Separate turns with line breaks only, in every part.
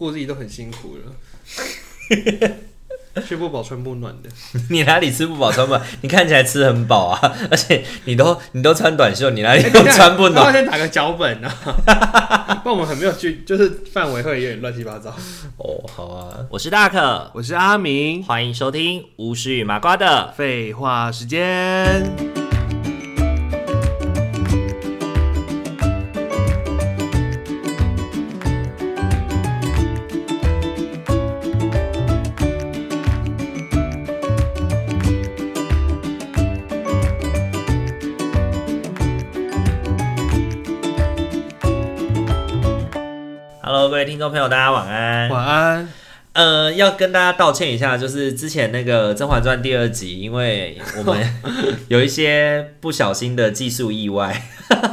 过自己都很辛苦了，吃不饱穿不暖的。
你哪里吃不饱穿不暖？你看起来吃很饱啊， 而且你都你都穿短袖，你哪里
哎
都穿不
要要
暖？
先打个脚本啊，不然我们很没有去，就是范围会有点乱七八糟。
哦，好啊，
我是大可，
我是阿明，
欢迎收听巫师与麻瓜的。
废话时间。
Hello，各位听众朋友，大家晚安。
晚安，
呃，要跟大家道歉一下，就是之前那个《甄嬛传》第二集，因为我 们有一些不小心的技术意外，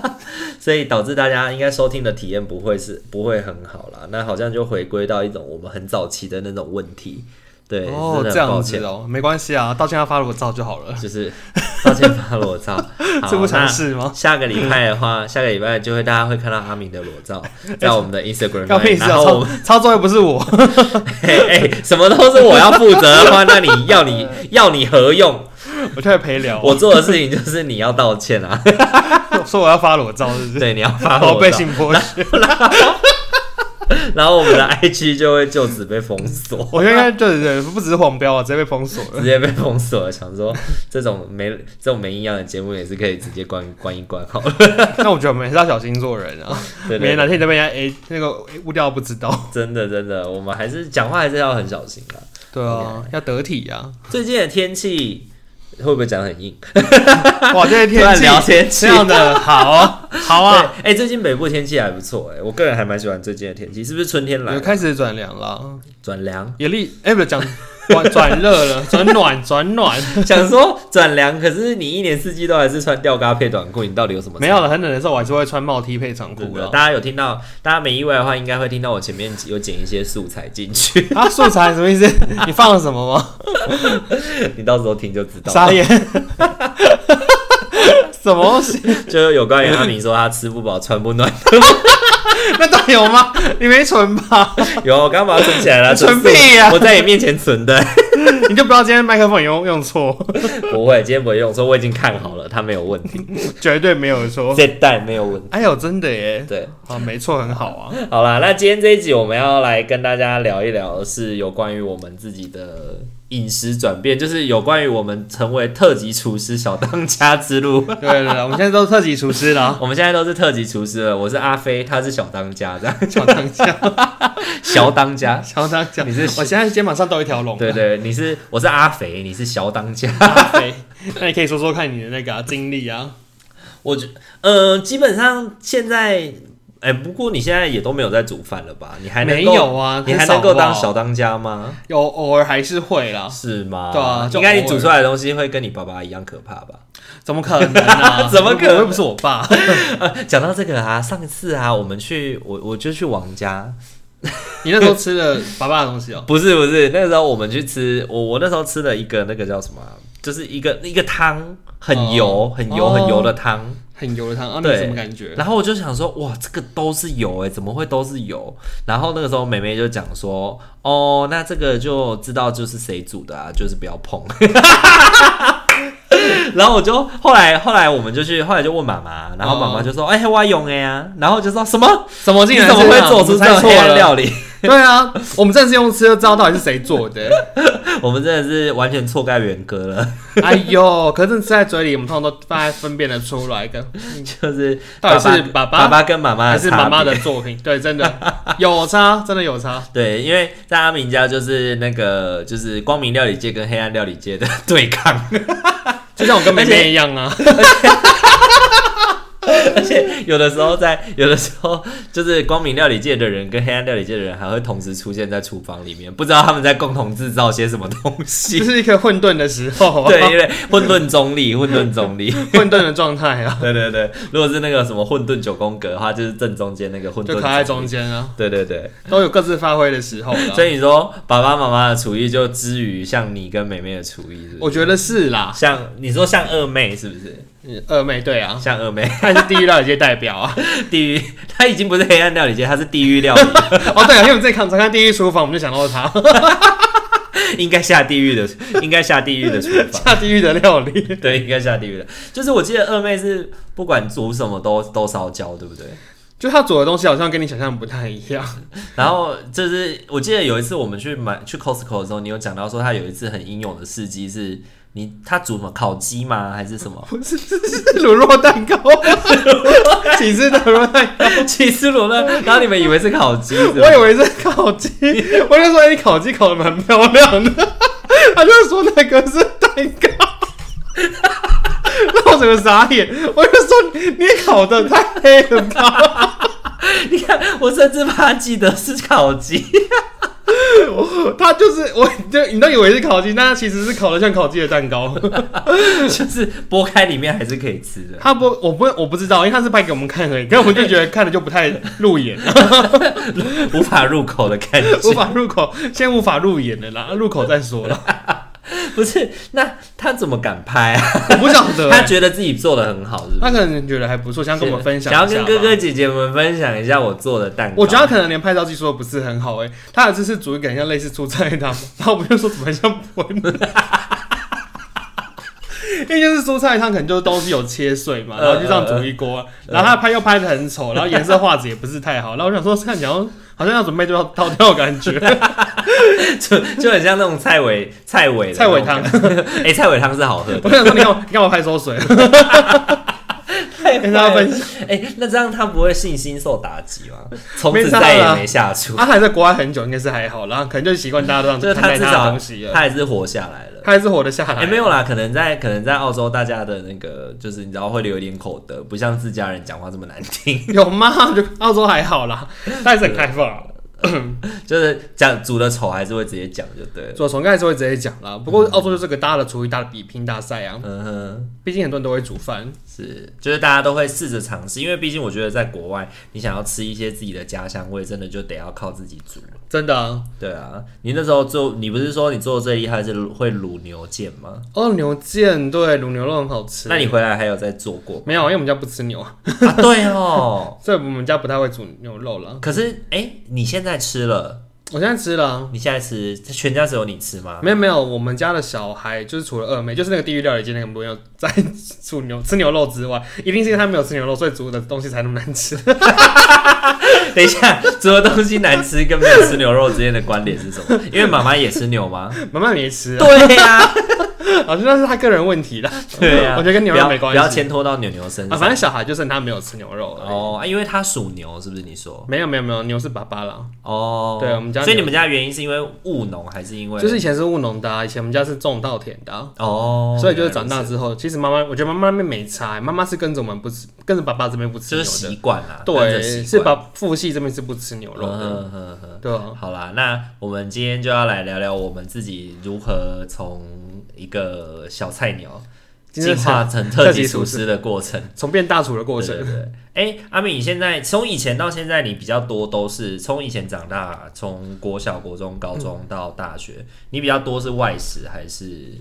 所以导致大家应该收听的体验不会是不会很好啦。那好像就回归到一种我们很早期的那种问题，对，
哦，
真
这
的
样
很抱
子
歉，
哦，没关系啊，道歉要发裸照就好了，
就是抱歉发裸照，好
这不尝
那
试吗？
下个礼拜的话， 下个礼拜就会大家会看到阿明的裸 照，在我们的 Instagram
要
上
配
面，
置
然后 我
啊
们，
操操作又不是我，
哎、哎什么都是我要负责的话，那你 要你要你何用？
我就会陪聊。
我做的事情就是你要道歉 啊，
我说我要发裸照，是不是？
对，你要发
我
我
被
照
性剥削，
然后我们的 IG 就会就此被封锁，
我应该对对对，不只是黄标啊，直接被封锁了。
直接被封锁了。想说这种没这种没营养的节目也是可以直接关关一关好了。
那我觉得我们还是要小心做人啊，
对
免得
对
哪
对，
天你都被人家诶那个误掉不知道。
真的真的，我们还是讲话还是要很小心啊。
对啊，要得体啊！
最近的天气会不会讲得很硬？
哇，这些
突
天
然
气
聊天
这。
气
样的好 好
对，
啊，
哎、最近北部天气还不错，哎，我个人还蛮喜欢最近的天气，是不是春天来
有
了
开始转凉了，
转凉？
也立哎，不是讲转转热 了，转暖转暖，
想说转凉，可是你一年四季都还是穿吊嘎配短裤，你到底有什么 差？
没有了，很冷的时候我还是会穿帽 T 配长
真
裤
的
了。
大家有听到，大家没意外的话，应该会听到我前面有剪一些素材进 去，
啊，素材什么意思？你放了什么吗？
你到时候听就知道
傻
了。
眼，什么东西？
就是有关于阿明说他吃不饱穿不暖，
那到底有吗？你没存吧？
有我刚把它存起来 了，
存
这是
屁啊呀
我在你面前存的，
你就不知道今天麦克风用用错，
不会，今天不会用，说我已经看好了，他没有问 题，
绝对没有 错。
这袋没有问题。
哎呦，真的耶！
对，
啊，没错，很好啊。
好啦，那今天这一集我们要来跟大家聊一聊，是有关于我们自己的饮食转变，就是有关于我们成为特级厨师小当家之路。
对了，我们现在都是特级厨师 了，
我们现在都是特级厨师了，我是阿飞，他是小当家，这样
小当家，
小当家。
小当家，
你是
我现在肩膀上都有一条龙。
对对，你是我是阿肥，你是小当家。
阿肥， 那你可以说说看你的那个啊、经历啊。
我觉呃，基本上现在，哎、不过你现在也都没有在煮饭了吧？你还能
没
够
有啊
你
很
还
少
能够
好不
当
好
小当家吗？
有偶尔还是会啦，
是吗？
对啊就
应该你
偶尔
煮出来的东西会跟你爸爸一样可怕吧？
怎么可能 啊？
怎么可能
我又不是我爸。
呃， 讲到这个啊，上次啊，我们去我我就去王家，
你那时候吃了爸爸的东西哦、
不是不是，那时候我们去吃，我我那时候吃了一个那个叫什么啊，就是一个一个汤，很油、
哦
很油、很油的汤。
很油的汤啊，你
对
哦什么感觉？
然后我就想说，哇，这个都是油哎、怎么会都是油？然后那个时候妹妹就讲说，哦，那这个就知道就是谁煮的啊，就是不要碰。 然后我就后来后来我们就去后来就问妈妈，然后妈妈就
哦
说，哎、我用哎呀，然后就说什么？
怎么
你
竟然
怎么会做出这
猜
种
错
黑暗
了？
料理？
对啊，我们正式用吃就知道到底是谁做 的。
我们真的是完全错该原格了，
哎呦，可是吃在嘴里，我们通常都大概分辨得出来的，
就是
嗯到底是爸
爸爸
爸
爸跟妈妈
还
的
是
差
妈妈
别
的作品。对，真的有差，真的有差。
对，因为在阿明家就是那个就是光明料理界跟黑暗料理界的 对抗，
就像我跟妹妹一样啊，
而且有的时候在有的时候就是光明料理界的人跟黑暗料理界的人还会同时出现在厨房里面，不知道他们在共同制造些什么东
这
西。
是一个混沌的时候啊，
对，因为混沌中立，混沌中立。
混沌的状态啊，
对对对，如果是那个什么混沌九宫格的话，就是正中间那 个混沌
就卡在
中
中
立。
间啊，
对对对，
都有各自发挥的时候啦
所。以你说爸爸妈妈的厨艺就之于像你跟妹妹的厨艺是不是
我觉得是啦，
像你说像二妹是不是？
嗯二妹对啊，
像峨眉
她也是地狱料理界代表啊。
地狱，它已经不是黑暗料理界，它是地狱料理，
哦，对啊，因为我们在看常看《地狱厨房》，我们就想到她
应该下地狱的，应该下地狱的厨房。
下地狱的料理。
对，应该下地狱的。就是我记得二妹是不管煮什么都都烧焦，对不对？
就她煮的东西好像跟你想象不太一样。
然后就是我记得有一次我们去买去 Costco 的时候，你有讲到说他有一次很英勇的事迹是。你他煮什么烤鸡吗？还是什么
不是，这是乳酪蛋糕， 起司的乳酪蛋糕。
起司罗勒？然后你们以为是烤鸡，是
我
吧
以为是烤 鸡，我就说哎你烤鸡烤的蛮漂亮的， 他就说那个是蛋糕， 那我整个傻眼，我就说你烤的太黑了吧，
你看，我甚至把它记得是烤鸡。
他就是我就你都以为是烤鸡，但他其实是烤的像烤鸡的蛋糕，
就是剥开里面还是可以吃的。
他不我不我不知道，因为他是拍给我们看而已，但我们就觉得看了就不太入 眼，
无法入口的感
无
觉。
法入口，先无法入眼的啦，入口再说了，
不是，那他怎么敢拍啊？
我不晓得、
他觉得自己做的很好，是不
他
是？
可能觉得还不错，想跟我们分享一下
想
吧，
要跟哥哥姐姐们分享一下我做的蛋糕。
我觉得他可能连拍照技术都不是很好哎、他的只是煮一个很像类似猪菜汤，然后我们就说怎么很像荤的，因为就是蔬菜汤可能就是东西有切碎嘛，然后就这样煮一
嗯
锅，然后他拍又拍的很丑，然后颜色画质也不是太好，然后我想说看起来好像好像要准备就要倒掉的感觉，
就就很像那种菜尾菜尾的
菜尾汤
那种感觉。哎、菜尾汤是好喝的。
我想说你干你干嘛拍馊水？ 啊跟大家分享，
哎、那这样他不会信心受打击吗？从
没
此
差
再也
啦啊
没下厨，
他还在国外很久，应该是还好，然后可能就习惯大家都
就
这
是
样
他
看待
至
他的
少
东西了，
他还是活下来了。
他还是活得下来。
哎、没有啦，可能在可能在澳洲，大家的那个就是你知道会留一点口德，不像自家人讲话这么难听，
有吗？ 就澳洲还好啦，他还是很开放啊。
就是讲煮的丑还是会直接讲就对了。
做从开始会直接讲啦。不过澳洲就是个大的厨艺大的比拼大赛啊，
嗯哼，
毕竟很多人都会煮饭。
是，就是大家都会试着尝试，因为毕竟我觉得在国外，你想要吃一些自己的家乡味，真的就得要靠自己煮。
真的、啊，
对啊，你那时候做，你不是说你做的最厉害是会卤牛腱吗？
哦，牛腱对卤牛肉很好吃。
那你回来还有在做过
没有，因为我们家不吃牛，
啊？对哦，
所以我们家不太会煮牛肉了。
可是哎、你现在吃了，
我现在吃了啊、
你现在吃，全家只有你吃吗？
没有没有，我们家的小孩就是除了二妹，就是那个地狱料理界那个没有在 煮牛吃牛肉之外，一定是因为他没有吃牛肉，所以煮的东西才那么难吃。
等一下，煮的东西难吃跟没有吃牛肉之间的关联是什么？因为妈妈也吃牛吗？
妈妈没吃、啊，
对呀、
好像那是他个人问题啦。
对呀、
我觉得跟牛
不
肉
要
没关
不要
系。
牵拖到牛牛身
啊，
上。
反正小孩就剩他没有吃牛肉了。
哦、啊因为它属牛，是不是你说？
没有没有没有，牛是爸爸啦。
哦，
对我们家
所以
牛
你们家的原因是因为务农，还是因为
就是以前是务农的、啊，以前我们家是种稻田的啊、
哦，
所以就是长
原
大
来如
之后，其实妈妈，我觉得妈妈那边没差、妈妈是跟着我们不吃，跟着爸爸这边不
此
吃
就
牛
是习
的，
惯啦，跟着习
对，
惯
是爸父系这边是不吃牛肉的，
嗯嗯嗯
对啊
嗯，好啦，那我们今天就要来聊聊我们自己如何从一个小菜鸟
今天
进化成特级厨师的过程。
从变大厨的过
对
程，
对对。哎、阿敏，你现在从以前到现在，你比较多都是从以前长大，从国小、国中、高中到大学，你比较多是外食还是？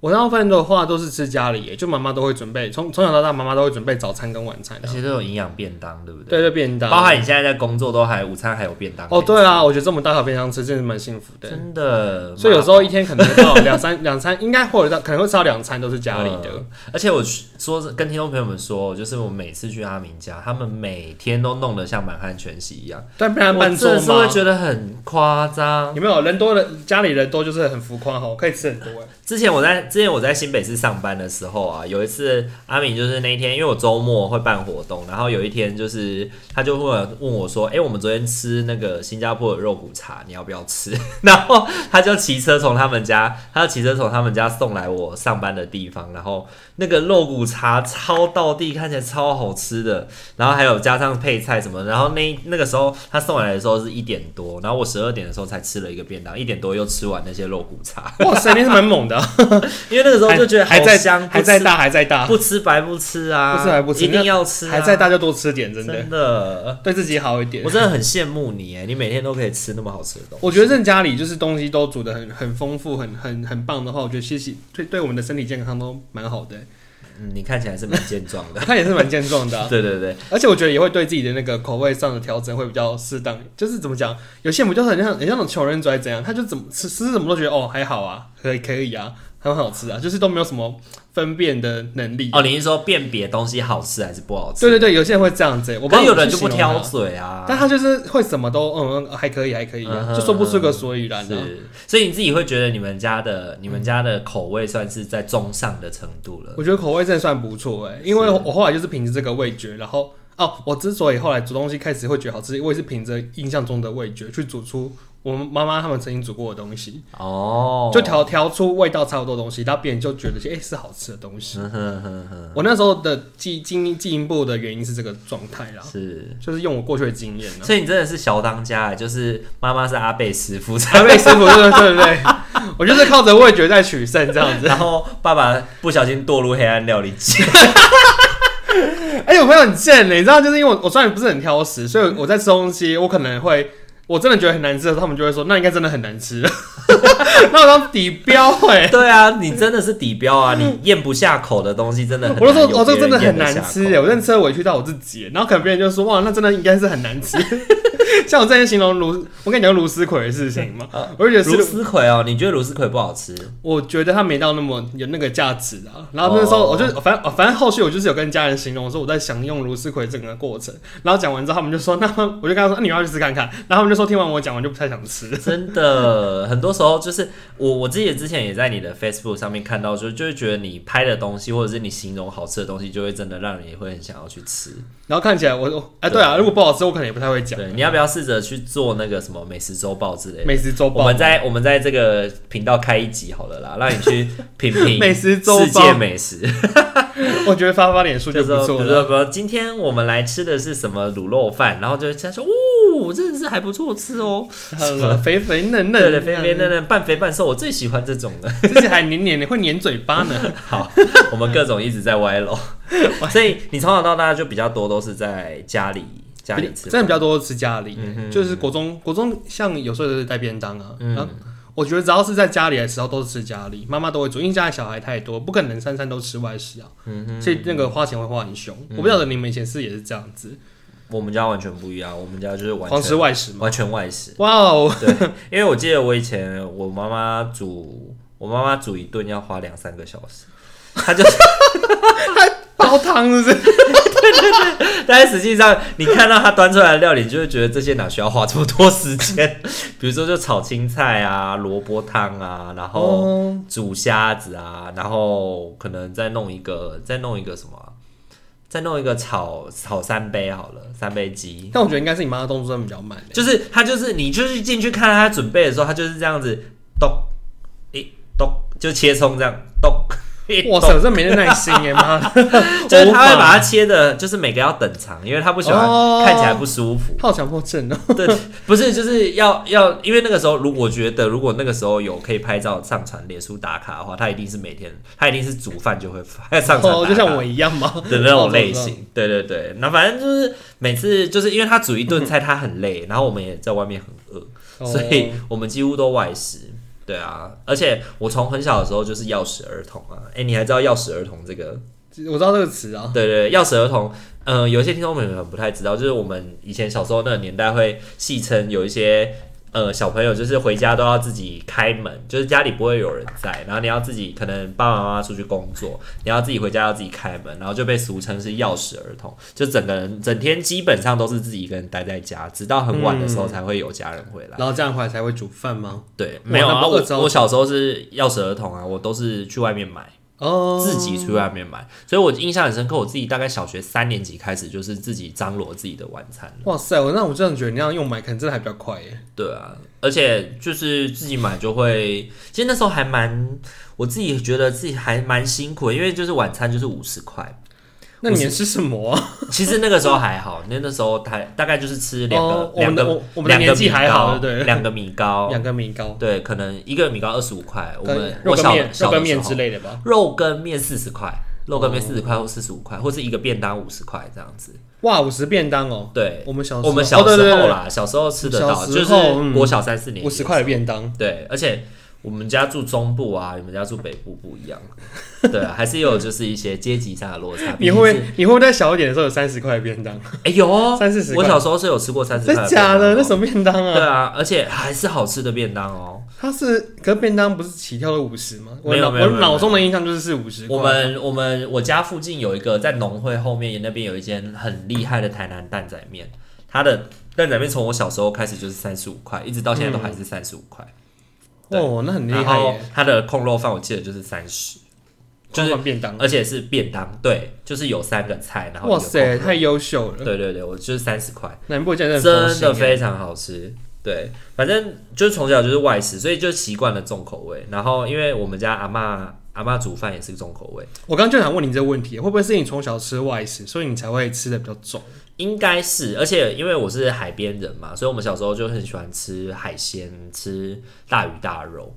我大部分的话都是吃家里耶，就妈妈都会准备，从从小到大妈妈都会准备早餐跟晚餐
而
的，
且都有营养便当，对不对？
对，就便当，
包含你现在在工作都还午餐还有便当。
哦，对啊，我觉得这么大小便当吃真的蛮幸福的。
真的。
所以有时候一天可能到两三两餐，应该或者到可能会吃到两餐都是家里的，
嗯而且我去说是跟听众朋友们说，就是我每次去阿明家，他们每天都弄得像满汉全席一样，
但不然
我
半
真
桌
的是会
嘛，
觉得很夸张。
有没有人多的家里人多就是很浮夸哈，可以吃很多哎。
之前我在之前我在新北市上班的时候啊，有一次阿明就是那一天，因为我周末会办活动，然后有一天就是他就问我问我说，哎、我们昨天吃那个新加坡的肉骨茶，你要不要吃？ 然后他就骑车从他们家，他就骑车从他们家送来我上班的地方，然后那个肉骨茶超道地，看起来超好吃的，然后还有加上配菜什么的，然后那那个时候他送来的时候是一点多，然后我十二点的时候才吃了一个便当，一点多又吃完那些肉骨茶。
哇塞，你是蛮猛的啊、
因为那个时候就觉得
还
好
在
香，
还在大，还在大，
不吃，不吃白不吃啊，
不吃白不吃
一定要吃、啊，
还在大就多吃点，真的
真的，
对自己好一点
我。真的很羡慕你哎，你每天都可以吃那么好吃的东西。
我觉得在家里就是东西都煮的很很丰富，很很很棒的话，我觉得其实对对我们的身体健康都蛮好的。
嗯你看起来是蛮健壮的。
他也是蛮健壮 的啊、
对对对，
而且我觉得也会对自己的那个口味上的调整会比较适当，就是怎么讲，有些人不就很像很像那种穷人嘴怎样，他就怎么吃吃什么都觉得哦还好啊，可以可以啊，很好吃啊，就是都没有什么分辨的能力。
哦，你是说辨别东西好吃还是不好吃？
对对对，有些人会这样子、我不知道
可是有人就
怎么
不
去形容
挑
他，
嘴啊。
但他就是会什么都嗯嗯还可以还可以、啊，
嗯
就说不出个所以然、啊。
是，所以你自己会觉得你们家的你们家的口味算是在中上的程度了。
我觉得口味真的算不错哎、因为我后来就是凭着这个味觉，然后哦，我之所以后来煮东西开始会觉得好吃，我也是凭着印象中的味觉去煮出我们妈妈他们曾经煮过的东西，
哦，
就调调出味道差不多的东西，然后别人就觉得哎、诶是好吃的东西。
嗯哼哼哼，
我那时候的进进进一步的原因是这个状态啦，
是。
就是用我过去的经验啊啦。
所以你真的是小当家，欸就是妈妈是阿贝师傅，
台北师傅对对对对，我就是靠着味觉在取胜这 样子。
然后爸爸不小心堕入黑暗料理界。
哎、我朋友很贱的，你知道，就是因为我我虽然不是很挑食，所以我在吃东西，我可能会我真的觉得很难吃的时候，他们就会说那应该真的很难 吃，那我当底标哎、
对啊，你真的是底标啊，你咽不下口的东西真的很
我就
难
说
有
哦，这
别人咽得下口。
个真的很难吃哎，我认真委屈到我自己耶，然后可能别人就说哇，那真的应该是很难 吃。像我之前形容芦，我跟你讲芦丝葵的事情嘛，
啊
我就觉得
芦
是，
丝葵哦，你觉得芦丝葵不好吃？
我觉得它没到那么有那个价值啊。然后那时候
哦
我就反正反正后续我就是有跟家人形容说我在享用芦丝葵整个过程，然后讲完之后他们就说那我就跟他说那你要去吃看看，然后他们就说听完我讲完就不太想吃。
真的，很多时候就是我我自己之前也在你的 Facebook 上面看到，就就会觉得你拍的东西或者是你形容好吃的东西，就会真的让人也会很想要去吃。
然后看起来我我哎对啊，如果不好吃我可能也不太会讲。
对，你要不要试着去做那个什么美食周报之类的？
美食周报，
我们在我们在这个频道开一集好了啦，让你去品 评
美食周报
世界美食，
我觉得发发脸书
就
就是不
说，
错
比如
了
说，。比如说今天我们来吃的是什么卤肉饭，然后就他说，哦，真的是还不错吃哦，
呃肥肥嫩嫩，
对对，肥肥嫩嫩，半肥半瘦，我最喜欢这种 了。
自己还黏黏的，会黏嘴巴呢。
好，我们各种一直在 歪楼，所以你从小到大就比较多都是在家里家里吃，
真的比较多吃家里、欸
嗯哼
就是国中国中像有时候就是带便当啊，
嗯
然后我觉得只要是在家里的时候都是吃家里，妈妈都会煮，因为家里小孩太多，不可能三餐都吃外食啊，
嗯哼，嗯
所以那个花钱会花很凶、我不晓得你们以前是也是这样子，
我们家完全不一样，我们家就是完
狂吃
全
外食吗？
完全外食，
哇哦，
对，因为我记得我以前我妈妈煮，我妈妈煮一顿要花两三个小时，她就是，
煲汤是不是？
但是实际上你看到她端出来的料理，你就会觉得这些哪需要花这么多时间？ 比如说就炒青菜啊、萝卜汤啊，然后
哦，
煮虾子啊，然后可能再弄一个，再弄一个什么啊、再弄一个炒炒三杯好了，三杯鸡。
但我觉得应该是你妈的动作真的比较慢、欸，
就是他就是你就是进去看他准备的时候，他就是这样子咚一咚就切葱这样咚一
欸哇
咚，
塞，我真没那耐心耶、妈的，
就是他会
无
把
法
它切的，就是每个要等长，因为他不喜欢
哦
看起来不舒服。
好强迫症哦、
对，不是就是要要，因为那个时候如我觉得如果那个时候有可以拍照上传脸书打卡的话，他一定是每天他一定是煮饭就会发上传打卡。
哦，就像我一样嘛
的那种类。
哦
型，对对对，那反正就是每次就是因为他煮一顿菜他很累，然后我们也在外面很饿，
哦
所以我们几乎都外食。对啊，而且我从很小的时候就是钥匙儿童啊。哎、你还知道钥匙儿童这个？
我知道这个词啊，
对对对，钥匙儿童，呃，有一些听众朋友可能不太知道，就是我们以前小时候那个年代会戏称有一些呃小朋友就是回家都要自己开门，就是家里不会有人在，然后你要自己可能爸爸妈妈出去工作，你要自己回家要自己开门，然后就被俗称是钥匙儿童，就整个人整天基本上都是自己一个人待在家，直到很晚的时候才会有家人回来。
然后这样回来才会煮饭吗？
对，没有
那
啊，
不饿
我
着
我小时候是钥匙儿童啊，我都是去外面买。
哦，
自己去外面买，所以我印象很深刻。我自己大概小学三年级开始，就是自己张罗自己的晚餐了。
哇塞，我那我真的觉得你那样用买，可能真的还比较快耶。
对啊，而且就是自己买就会，其实那时候还蛮，我自己觉得自己还蛮辛苦的，因为就是晚餐就是五十 块。
那你们吃什么啊？
其实那个时候还好，那那时候还大概就是吃两
哦
个
我们
两
的
个
我我们的
两个
年纪
米
还好
糕，
对不对
两个米糕，
两个米糕，
对，可能一个米糕二十五块，哦我们
跟肉羹
我小
面、
小
肉
的
羹
时
面
候
之类的吧。
肉羹面四十块，肉羹面四十块或四十五块，或是一个便当五十块这样子。
哇，五十便当哦，
对，
我们小时候
我们小时
哦对对
候
对
啦，小时候吃得到，
小时
就是
候嗯
国小三四年级
五十块的便当，
对，而且我们家住中部啊，你们家住北部不一样， 对啊，还是有就是一些阶级上的落 差。
你会不会你会不会在小一点的时候有三十块的便 当？
哎、有哦，
三四十
我
块
小时候是有吃过三十块
真
的便当哦，
假的？那什么便当
对
啊？
啊，而且还是好吃的便当哦。
它是可是便当不是起跳了五十吗？我
没有
脑
没有
我
没有
脑中的印象就是是五十。
我们我们我家附近有一个在农会后面那边有一间很厉害的台南蛋仔面，它的蛋仔面从我小时候开始就是三十五块，一直到现在都还是三十五块。对
哦，那很厉
然
害
后
耶！
它的控肉饭我记得就是三十，就是
光便当，
而且是便当，对，就是有三个菜，然后
哇
一
塞，
个控
太
肉
优秀了！
对对对，我就是三十块，
南部真的
真
很佛啊心耶欸
的非常好吃。对，反正就是从小就是外食，所以就习惯了重口味。然后因为我们家阿嬷阿嬷煮饭也是重口味。
我刚刚就想问你这个问题，会不会是你从小吃外食，所以你才会吃的比较重？
应该是，而且因为我是海边人嘛，所以我们小时候就很喜欢吃海鲜，吃大鱼大肉。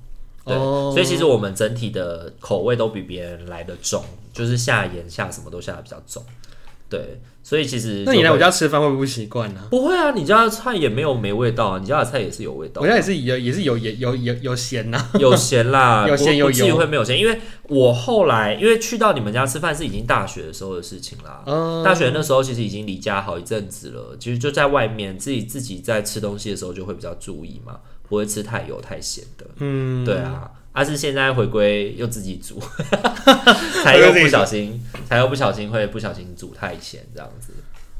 对
哦
所以其实我们整体的口味都比别人来的重，就是下盐下什么都下的比较重。对，所以其实
那你来
就会
我家吃饭会不会不习惯呢？
不会啊？你家的菜也没有没味道啊，你家的菜也是有味道
我，家也是有，也是有，也有有有咸呐、
有咸啦，
有咸
不
有
不至于
油
会没有咸。因为我后来因为去到你们家吃饭是已经大学的时候的事情啦，
嗯，
大学那时候其实已经离家好一阵子了，其实就在外面自己自己在吃东西的时候就会比较注意嘛，不会吃太油太咸的。
嗯，
对啊，而、是现在回归又自己 煮，才又不小心，才又不小心会不小心煮太咸这样子。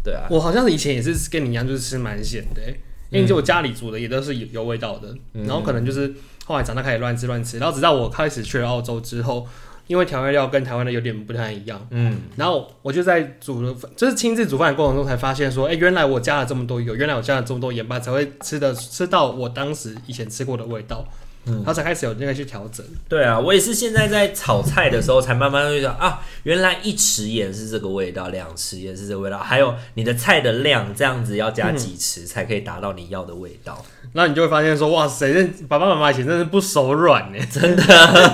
对啊，
我好像以前也是跟你一样，就是吃蛮咸的欸、因为就我家里煮的也都是有有味道的，然后可能就是后来长大开始乱吃乱吃，然后直到我开始去了澳洲之后，因为调味料跟台湾的有点不太一样，
嗯，
然后我就在煮了，就是亲自煮饭的过程中才发现说，哎、原来我加了这么多油，原来我加了这么多盐巴，才会吃的吃到我当时以前吃过的味道，然后才开始有那个去调整。
对啊，我也是现在在炒菜的时候才慢慢会想啊，原来一匙盐是这个味道，两匙盐是这个味道，还有你的菜的量这样子要加几匙才可以达到你要的味道。
然后你就会发现说，哇塞，这爸爸妈妈以前真是不手软呢，真的，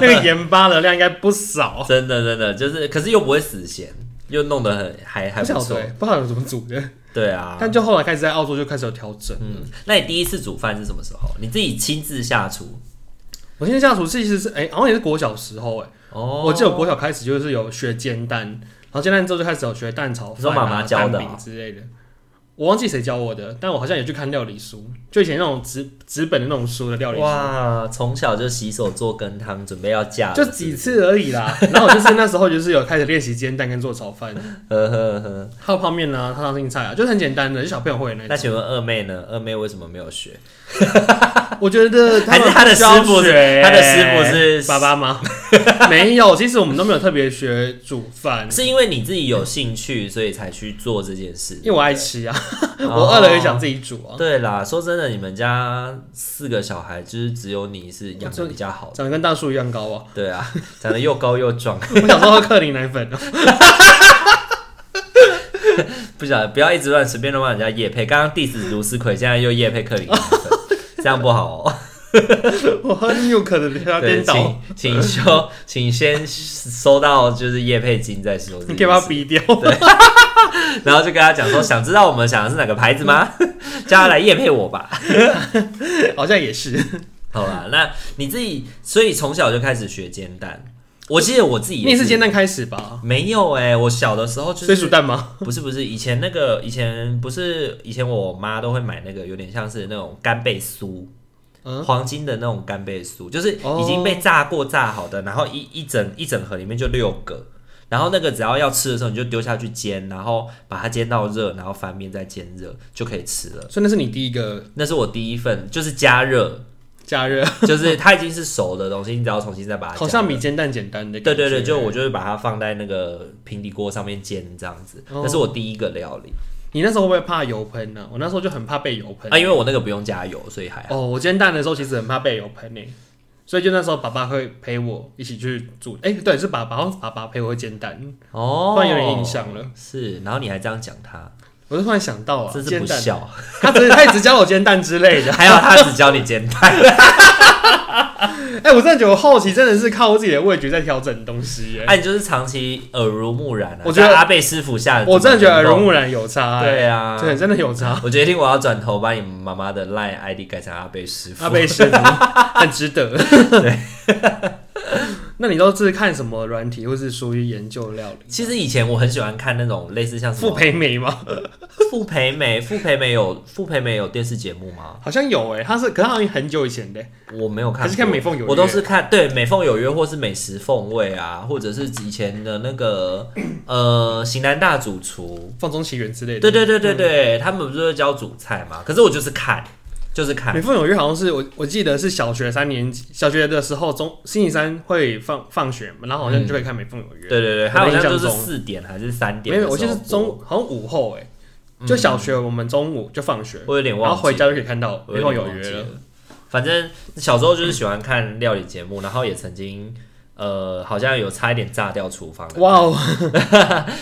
那个盐巴的量应该不少。
真的真的就是，可是又不会死咸，又弄得很还还
不晓
不
得
错。
欸，不晓得怎么煮的，
对啊，
但就后来开始在澳洲就开始有调整。
嗯，那你第一次煮饭是什么时候？你自己亲自下厨？
我现在下厨其实是哎、好像也是国小时候哎、
哦
我记得我国小开始就是有学煎蛋，然后煎蛋之后就开始有学蛋炒
你说
饭、啊、
妈妈教的啊
蛋饼之类的。我忘记谁教我的，但我好像有去看料理书，就以前那种纸纸本的那种书的料理书，
哇，从小就洗手做羹汤，准备要嫁了
就几，次而已 啦。然后我就是那时候就是有开始练习煎蛋跟做炒饭，
是不是呵呵呵。
还有泡面啊、烫烫青菜啊，就是很简单的，就小朋友会的那种
那请问二妹呢？二妹为什么没有学？
我觉得他
还是他的师傅是他的师傅是
爸爸吗？ 没有，其实我们都没有特别学煮饭，
是因为你自己有兴趣，所以才去做这件事？
因为我爱吃啊，
哦
我饿了也想自己煮啊，
对啦，说真的，你们家四个小孩，就是只有你是养的比较好的。
长得跟大树一样高啊！
对啊，长得又高又壮，
我小时候喝克林奶粉啊，
不晓得，不要一直乱随便乱帮人家夜配。刚刚 diss 卢思奎，现在又夜 配克林奶粉，这样不好哦。
我喝 Nuke 的比较
对，
颠倒，
请请收，请先收到就是夜配金再说。
你可以把它逼掉。
然后就跟他讲说，想知道我们想的是哪个牌子吗？ 叫他来夜配我吧。
好像也是，
好啦，那你自己，所以从小就开始学煎蛋。我记得我自己
你也是煎
蛋，
蛋开始吧？
没有哎、我小的时候就是
水煮蛋吗？
不是不是，以前那个以前不是以前我妈都会买那个有点像是那种干贝酥，
嗯
黄金的那种干贝酥，就是
哦
已经被炸过炸好的，然后一一整一整盒里面就六个，然后那个只要要吃的时候你就丢下去煎，然后把它煎到热，然后翻面再煎热就可以吃了。
所以那是你第一个
那是我第一份，就是加热，
加热，
就是它已经是熟的东西，你只要重新再啊把它加热。
好像比煎蛋简单的感
对
觉。欸
对对，就我就会把它放在那个平底锅上面煎这样子，
哦
那是我第一个料理。
你那时候会不会怕油喷啊呢？我那时候就很怕被油喷
啊，因为我那个不用加油，所以还好。
哦，我煎蛋的时候其实很怕被油喷诶，所以就那时候爸爸会陪我一起去煮。哎、对，是爸爸，好像是爸爸陪我煎蛋，
哦
突然有点印。象了。
是，然后你还这样讲他，
我就突然想到啊，
真是
煎
不
蛋，
孝。
他只是他也只教我煎蛋之类的。
还有他只教你煎蛋，
哎、我真的觉得我后期真的是靠我自己的味觉在调整东西耶。
哎，你就是长期耳濡目染啊。
我觉得
在阿贝师傅下，
我真的觉得耳濡目。染有差、哎
对啊，
对，真的有 差。
我决定我要转头把你妈妈的 LINE ID 改成阿贝师傅。
阿贝 师傅很值得。 那你都是看什么软体，或是属于研究料理？
其实以前我很喜欢看那种类似像什么
傅培梅吗？
傅培美，傅培美有傅培美有电视节目吗？
好像有诶、哎他是，可是好像很久以前的、欸
我没有看过，
还是看美凤有约
我都是看对美凤有约，或是美食凤味啊，或者是以前的那 个呃型男大主厨，
放纵奇缘》之类的。
对对对对对，他们不是会教主菜吗？可是我就是看，就是看
美，凤有约好像是我我记得是小学三年级，小学的时候中星期三会放放学嘛，然后好像就可以看美凤有约。
嗯对对对，
我
他好像
印象
就是
中
四点还是三点
没
的
有，
时候
我
播，
记得是中好像午后哎、就小学我们中午就放学，
我有点忘
然
记，
后回家就可以看到
我
美
有
凤
点
有
忘
约
记
了
了。。反正小时候就是喜欢看料理节目，然后也曾经呃，好像有差一点炸掉厨房的。
哇哦，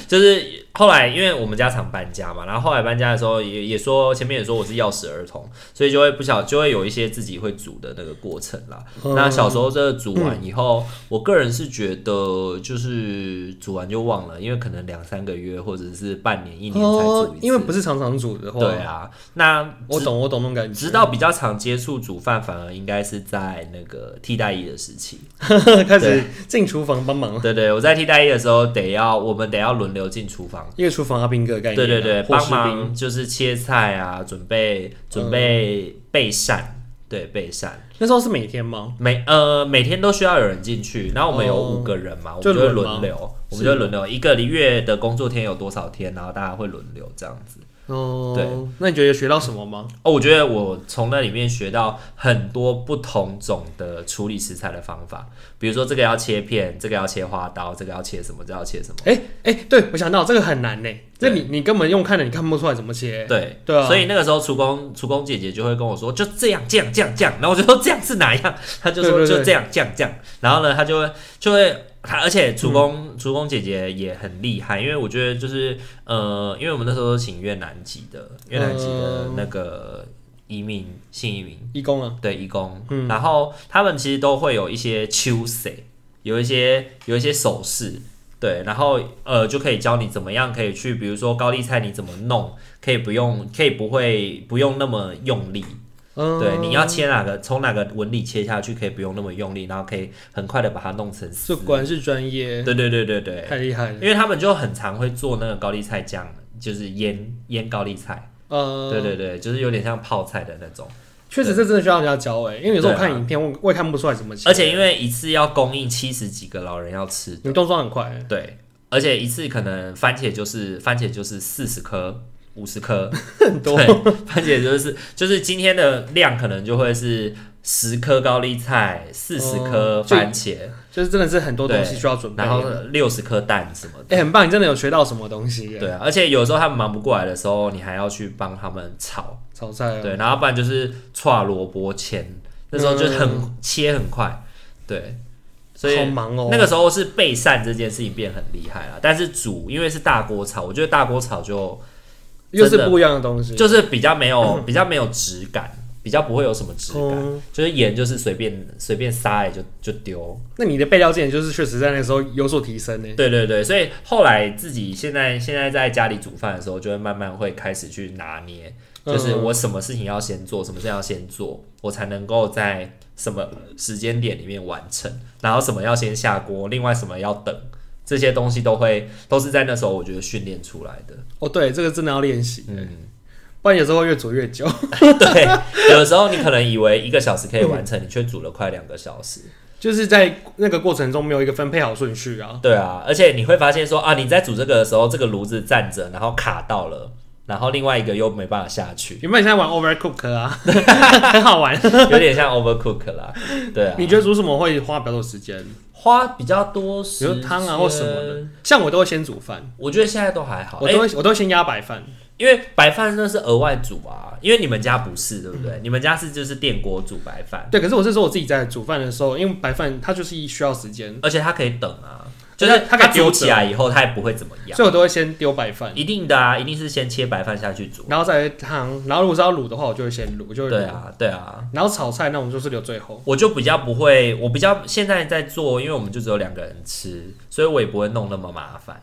就是后来因为我们家常搬家嘛，然后后来搬家的时候也也说前面也说我是钥匙儿童，所以就会不小就会有一些自己会煮的那个过程啦。
嗯
那小时候这煮完以后，我个人是觉得就是煮完就忘了，因为可能两三个月或者是半年一年才煮
哦
一次，，
因为不是常常煮的话，
对啊，那
我懂我懂那种感觉。
直到比较常接触煮饭，反而应该是在那个替代役的时期。
开始进厨房帮忙，
对对，我在替代役的时候，得要我们得要轮流进厨房。
一个厨房阿兵哥的概念、啊
对对对，
伙
帮
食兵。
忙就是切菜啊，准
嗯
备准备备膳，对备膳。
那时候是每天吗？
每呃每天都需要有人进去，然后我们有
哦
五个人嘛，我
就
们就会
轮吗
轮流，我们
是
就会轮流一个月的工作天有多少天，然后大家会轮流这样子。
哦，
对。
那你觉得有学到什么吗？
哦，我觉得我从那里面学到很多不同种的处理食材的方法，比如说这个要切片，这个要切花刀，这个要切什么，这个要切什么。
哎、哎、对我想到这个很难呢，这
对
你你根本用看的，你看不出来怎么切。
对
对啊
所以那个时候厨工厨工姐姐就会跟我说，就这样这样这样这样，然后我就说这样是哪样， 她就说
对对对
就这样这样这样，然后呢，她就会就会她，而且厨工、厨工姐姐也很厉害，因为我觉得就是呃，因为我们那时候都请越南籍的越南籍的
嗯
那个移民新移民，
义工啊，
对义工，
嗯
然后他们其实都会有一些秋 y 有一些有一些手势，对，然后呃就可以教你怎么样可以去，比如说高丽菜你怎么弄，可以不用，可以不会不用那么用力，
嗯，
对，你要切哪个从哪个纹理切下去，可以不用那么用力，然后可以很快的把它弄成
这，
丝
果然是专业，
对对对对对，
太厉害了。
因为他们就很常会做那个高丽菜酱，就是腌腌高丽菜，
呃，
对对对，就是有点像泡菜的那种。
确实这真的需要人家教哎，因为有时候我
对啊
看影片，我我也看不出来怎么切，
而且因为一次要供应七十几个老人要吃，
你动作很快欸，
对，而且一次可能番茄就是番茄就是四十颗、五十颗，
很多
对，番茄就是就是今天的量可能就会是十颗高丽菜、四十颗
哦所以
番茄，
就是真的是很多东西
对
需要准备。
然后六十颗蛋什么
哎、
的。
很棒，你真的有学到什么东西耶？
对啊，而且有时候他们忙不过来的时候，你还要去帮他们炒，
炒菜哦、
对，然后不然就是串萝卜切，那时候就很、
嗯
切很快，对，所以
好忙哦。
那个时候是备膳这件事情变很厉害了，但是煮因为是大锅炒，我觉得大锅炒就
又是
真的
不一样的东西，
就是比较没有比较没有质感，比较不会有什么质感，
嗯
就是盐就是随便随便撒也就就丢。
那你的备料技能就是确实在那个时候有所提升欸呢。
对对对，所以后来自己现在现在在家里煮饭的时候，就会慢慢会开始去拿捏，就是
嗯
我什么事情要先做，什么事情要先做，我才能够在什么时间点里面完成，然后什么要先下锅，另外什么要等，这些东西都会都是在那时候我觉得训练出来的。
哦，对，这个真的要练习，欸
嗯，
不然有时候会越煮越久。
对，有的时候你可能以为一个小时可以完成，你却煮了快两个小时。
就是在那个过程中没有一个分配好顺序啊。
对啊，而且你会发现说啊，你在煮这个的时候，这个炉子站着，然后卡到了，然后另外一个又没办法下去。
原本你现在玩 Overcook 啊， 很好玩。
有点像 overcook 啦，对啊，
你觉得煮什么会花比较多时间？
花比啊较多时
比如
间
汤啊或什么的，像我都会先煮饭，
我觉得现在都还好，
我
哎、
都会、我都会先压白饭。
因为白饭那是额外煮啊，因为你们家不是，对不对？你们家是就是电锅煮白饭，
对，可是我是说我自己在煮饭的时候，因为白饭它就是需要时间，
而且它可以等啊，
而且
就是
它
它
可以丢
煮起来以后它也不会怎么样
所，以我都会先丢白饭，
一定的啊，一定是先切白饭下去煮。
然后再汤，然后如果是要卤的话，我就会先卤，我就会
对
卤。
啊，对啊，
然后炒菜那我们就是留最后。
我就比较不会，我比较现在在做，因为我们就只有两个人吃，所以我也不会弄那么麻烦。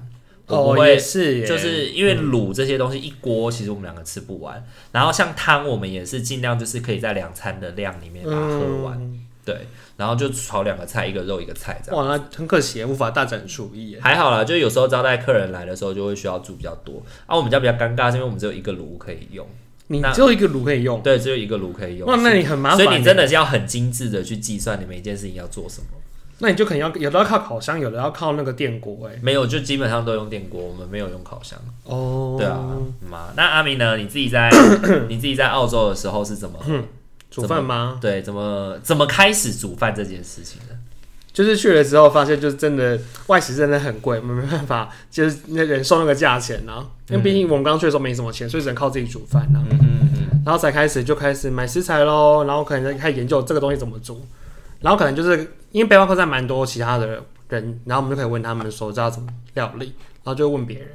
我不
哦，也
会
是耶，
就是因为卤这些东西一锅，其实我们两个吃不完。然后像汤，我们也是尽量就是可以在两餐的量里面把它喝完，
嗯，
对。然后就炒两个菜，一个肉一个菜这样。
哇，那很可惜，无法大展厨艺耶。
还好啦，就有时候招待客人来的时候，就会需要煮比较多。啊，我们家比较尴尬，是因为我们只有一个炉可以用，
你
那
只有一个卤可以用，
对，只有一个炉可以用。
哇，那你很麻烦耶。欸
所以你真的是要很精致的去计算你每一件事情要做什么。
那你就可能要有的要靠烤箱，有的要靠那个电锅，哎，
没有，就基本上都用电锅，我们没有用烤箱。
哦
对啊，嘛、那阿明呢？你自己 在你自己在澳洲的时候是 怎么、
煮饭吗？
对怎么怎么开始煮饭这件事情的？
就是去了之后发现，就是真的外食真的很贵，没办法，就是那忍受那个价钱啊。因为毕竟我们刚去的时候没什么钱，所以只能靠自己煮饭啊。然后才开始就开始买食材喽，然后可能开始研究这个东西怎么煮，然后可能就是因为背包客栈蛮多其他的人，然后我们就可以问他们说知道怎么料理，然后就问别人，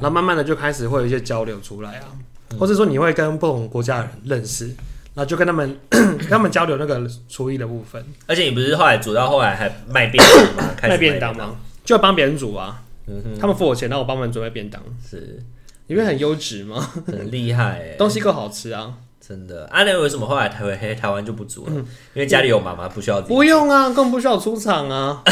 然后慢慢的就开始会有一些交流出来啊，或者说你会跟不同国家的人认识，然后就跟他们 跟他们交流那个厨艺的部分。
而且你不是后来煮到后来还卖便当 吗？
卖
开始卖
便当
当？
吗？就帮别人煮啊，
嗯哼，
他们付我钱，让我帮他们准备便当，
是
你会很优质吗？
很厉害哎、
东西够好吃啊！
真的。阿、啊、那为什么后来台湾台湾就不煮了？因为家里有妈妈，不需要自
嗯
己。
不用啊，根本不需要出场 啊。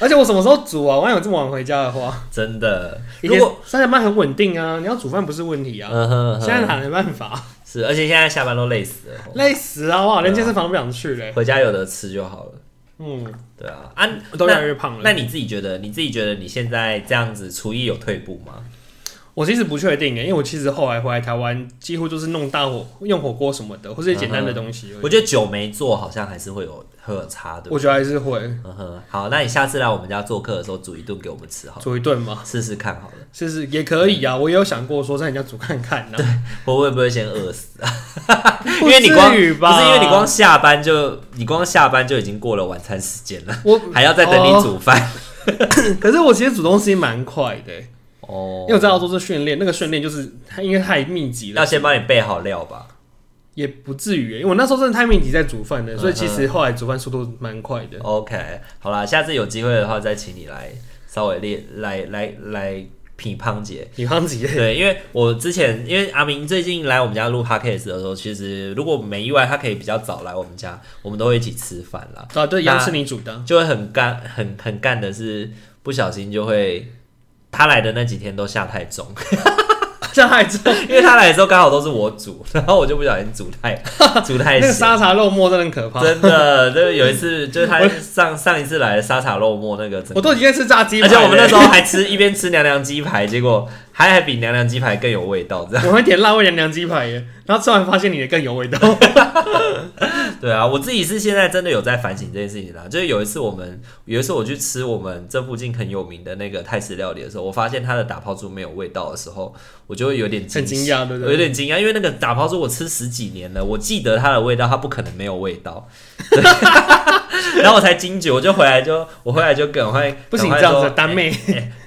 而且我什么时候煮啊？万一我这么晚回家的话，
真的，
以
如
前
果
三点半很稳定啊，你要煮饭不是问题啊。
嗯哼嗯
现在
哼，
哪没办法，
是，而且现在下班都累死了，
累死啊！哇，连健身房都不想去嘞。
回家有的吃就好了。
嗯，
对啊，啊，
我都越来
那
越胖
那
了。
你自己觉得，你自己觉得你现在这样子厨艺有退步吗？
我其实不确定耶，因为我其实后来回来台湾，几乎就是弄大火、用火锅什么的，或是简单的东西而已。
我觉得久没做，好像还是会有会有差的。
我觉得还是会
嗯哼，好，那你下次来我们家做客的时候，煮一顿给我们吃好了，
煮一顿嘛。
试试看好了，
其实也可以
嗯
啊，我也有想过说在人家煮看看呢、啊，
我会不会先饿死？因
不
为你光
至于吧？
不是因为你光下班就你光下班就已经过了晚餐时 间了，
我，
还要再等你煮饭
可是我其实煮东西蛮快的欸、
哦
因为我在澳洲做训练，那个训练就是因为太密集
要
了，
先帮你备好料吧。
也不至于欸、因为我那时候真的太密集在煮
嗯
饭了，所以其实后来煮饭速度蛮快的。
OK，好啦，下次有机会的话再请你来稍微练来来来品 胖姐。
你刚 几页
对，因为我之前因为阿明最近来我们家录 podcast 的时候，其实如果没意外，他可以比较早来我们家，我们都会一起吃饭啦。
啊？对，一样
那
是你煮的啊，
就会很干，很很干的是不小心就会，他来的那几天都下太重，
像还真
因为他来的时候刚好都是我煮， 然后我就不小心煮 太煮 太
那个
咸。
沙茶肉末真的很可怕，
真的，就是有一次，就是他上上一次来的沙茶肉末那个整个，
我都已经在吃炸鸡排了
而且
欸，
我们那时候还吃一边吃娘娘鸡排，结果还还比娘娘鸡排更有味道，这 样。
我会点辣味凉凉鸡排耶，然后吃完发现你的更有味道。
对啊，我自己是现在真的有在反省这件事情啦。就是有一次我们有一次我去吃我们这附近很有名的那个泰式料理的时候，我发现它的打泡猪没有味道的时候，我就会有点
很惊
喜
讶对不对
我有点惊讶，因为那个打泡猪我吃十几年了，我记得它的味道，它不可能没有味道。对 然后我才惊觉，我就回来就我回来就赶快
不行，
赶
这样
快说哎
子单妹，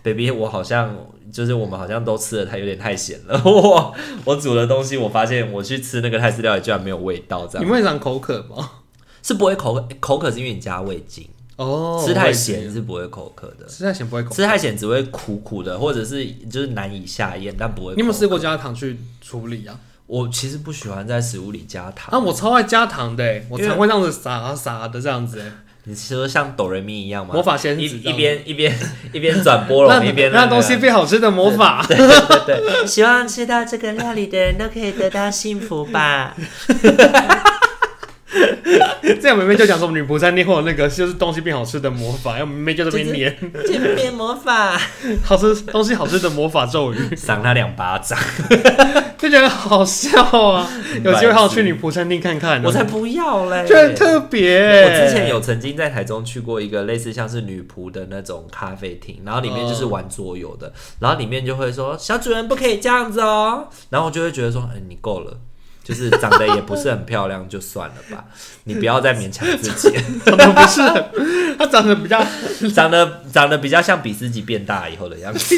baby，我好像就是我们好像都吃的太有点太咸了。 我我煮的东西，我发现我去吃那个泰式料理居然没有味道，这
你
样
们会长口渴吗？
是不会口渴，口渴是因为你加味精，
哦，
吃
我
太
也是
咸是不会口渴的，
吃太咸不会口渴。
吃太咸只会苦苦的，或者是就是难以下咽，但不会。
你有没有试过？加糖去处理啊？
我其实不喜欢在食物里加
啊，
糖
我超爱加糖的欸，我
因为
常会这样子撒撒的这样子欸，
你是说像哆瑞咪一样吗？
魔法仙
一
子这样
一边一边一边 转波
让
龙，一边
让
个
东西变好吃的魔法。
对对对，
希望吃到这个料理的人都可以得到幸福吧。
这样妹妹就讲说女仆在念或有那个就是东西变好吃的魔法，要妹妹就在那边念
渐变魔法，
好吃东西好吃的魔法咒语，
赏他两巴掌，
就觉得好笑啊！有机会好好去女仆餐厅看看、
嗯我才 不要嘞！
觉得很特别、
我之前 有曾经在台中去过一个类似像是女仆的那种咖啡厅，然后里面就是玩桌游的，哦然后里面就会说小主人不可以这样子哦，然后我就会觉得说，嗯、你够了。就是长得也不是很漂亮，就算了吧，你不要再勉强自己。
长得不是 很，他长得 比较
长得长得比较像比自己变大以后的样子，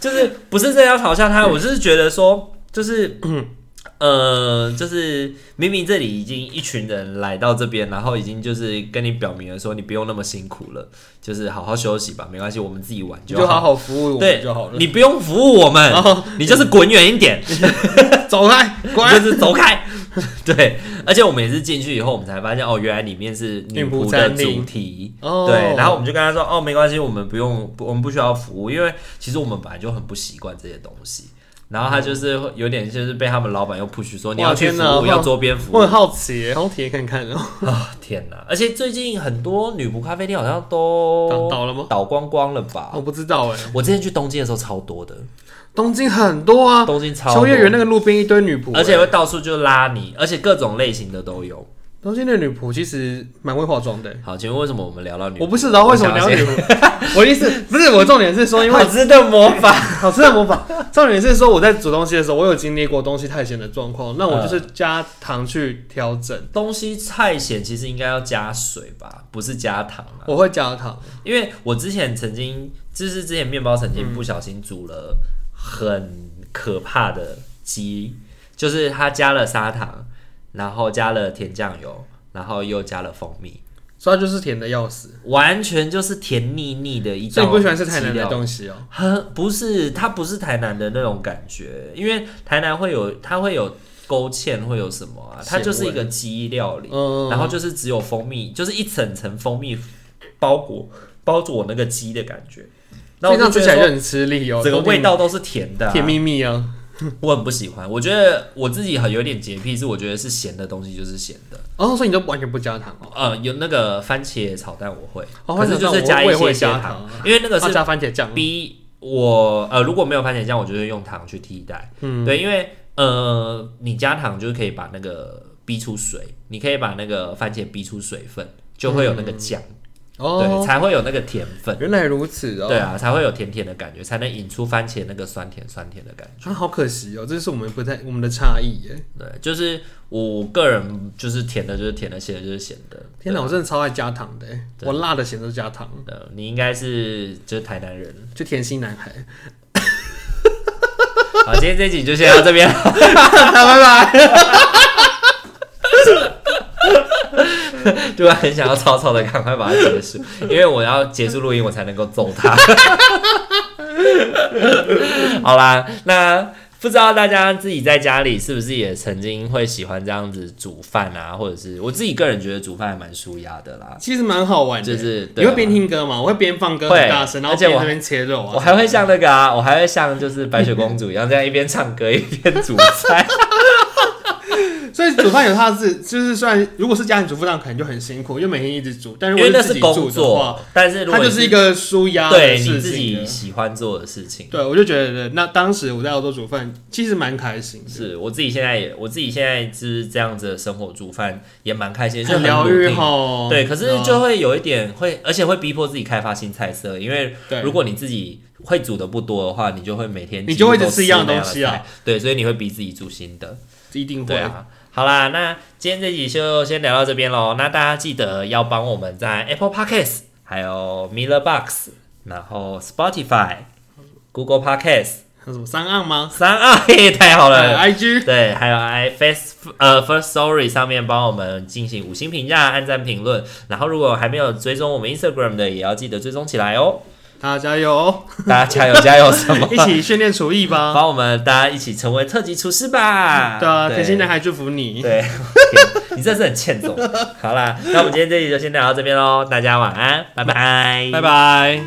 就是不是这样嘲笑他，我就是觉得说，就是 呃，就是明明这里已经一群人来到这边，然后已经就是跟你表明了说，你不用那么辛苦了，就是好好休息吧，没关系，我们自己玩
你
好。
就好好服务我
对
们就好了。哦
你不用服务我们，你就是滚远 一点，
走开，滚！
你就是走开。 对，而且我们也是进去以后，我们才发现哦，原来里面是女仆的主题。
哦
对，然后我们就跟他说哦，没关系，我们不用，不我们不需要服务，因为其实我们本来就很不习惯这些东西。然后他就是有点就是被他们老板又 push 说你要去
天
服
哪
务，要周边服务
我很好奇耶，好体验看看哦、
啊！天哪！而且最近很多女仆咖啡店好像都
倒倒了吗
倒光光了吧
我？不知道哎，
我之前去东京的时候超多的，
啊东京很多啊，
东京超多
秋叶原那个路边一堆女仆欸耶，
而且会到处就拉你，而且各种类型的都有。
东京的女仆其实蛮会化妆的耶。
好，请问为什么我们聊到女仆？
我不知道为什么聊女仆，我的意思不是我重点是说，因为
好吃的魔法，
好吃的魔法，重点是说我在煮东西的时候，我有经历过东西太咸的状况，那我就是加糖去调整，
东西太咸，其实应该要加水吧，不是加糖啊。
我会加糖，
因为我之前曾经，就是之前面包曾经
嗯
不小心煮了很可怕的鸡，就是它加了砂糖，然后加了甜酱油，然后又加了蜂蜜，
所以它就是甜的要死。
完全就是甜腻腻的一道。
所以你不喜欢吃台南的
西？
东西哦、
很不是，它不是台南的那种感觉，因为台南会有它会有勾芡，会有什么啊？它就是一个鸡料理，
嗯
然后就是只有蜂蜜，就是一层层蜂蜜包裹包住我那个鸡的感觉，那
所
我
以这样吃
觉
起来就
得说
很吃力哦、
整个
冬天
味道都是甜的、啊，
甜蜜蜜啊。
我很不喜欢。我觉得我自己很有点洁癖，是我觉得是咸的东西就是咸的。
哦，所以你都完全不加糖哦、
呃，有那个番茄炒蛋我会，
哦
可是就
番
是
茄炒蛋我我
一
也
些
会
些
加
糖
糖，
因为那个
要
是
加番茄酱吗，
逼我呃，如果没有番茄酱，我就会用糖去替代。嗯，对，因为呃，你加糖就是可以把那个逼出水，你可以把那个番茄逼出水分，就会有那个
嗯
酱，对，
哦，
才会有那个甜分。
原来如此哦、
对啊，才会有甜甜的感觉，才能引出番茄那个酸甜酸甜的感觉。
啊，好可惜哦、这是我们不太我们的差异耶。
对，就是我个人就是甜的，就是甜的；咸的，就是咸的。
天哪，我真的超爱加糖的耶，哎
啊
我辣的咸都加糖，
呃，你应该是就是台南人。
就甜心男孩。
好，今天这集就先到这 边，
拜拜。
突然很想要草草的赶快把它结束，因为我要结束录音，我才能够揍他。 好啦，那不知道大家自己在家里是不是也曾经会喜欢这样子煮饭啊，或者是我自己个人觉得煮饭还蛮舒压的啦。
其实蛮好玩的，
就是
你
对啊
会边听歌嘛，我会边放歌
会
很大声，然后
而且
边
我
这边切肉
我
啊。
还会像那个啊，我还会像就是白雪公主一样，这样一边唱歌一边煮菜。
所以煮饭有它的自，就是虽然如果是家庭主妇，那可能就很辛苦，因为每天一直煮。 但如
因
果
为那
自
是
己
工
煮的
作
话，，
但是如
它
果
就是一个舒压的
对你
事
自
情
己
了。
喜欢做的事情。
对，我就觉得那当时我在澳洲煮饭，其实蛮开心的，
是我自己现在也，我自己现在就是这样子的生活煮饭也蛮开心，就
很疗愈
routine
吼。
对，可是
啊
就会有一点会，而且会逼迫自己开发新菜色，因为
对
如果你自己会煮的不多的话，你就会每天
你
几
就
乎
会一直
都
吃一样的
那的
东西啊
菜，对，所以你会逼自己煮新的，
一定会
对。啊。好啦，那今天这集就先聊到这边喽。那大家记得要帮我们在 Apple Podcast、还有 Miller Box、然后 Spotify、Google Podcast
还有什么三岸吗？
三 二，嘿，太好了。
i g
对，还有 i face 呃 first story 上面帮我们进行五星评价、按赞、评论。然后如果还没有追踪我们 Instagram 的，也要记得追踪起来 哦。
大家加油哦，
大家加油加油，什
？
么
一起训练厨艺吧。
帮我们大家一起成为特级厨师吧！
对啊，甜心男孩祝福你。
对，天你真是很 欠揍。好啦，那我们今天这集就先聊到这边喽，大家晚安，拜拜，
拜。拜。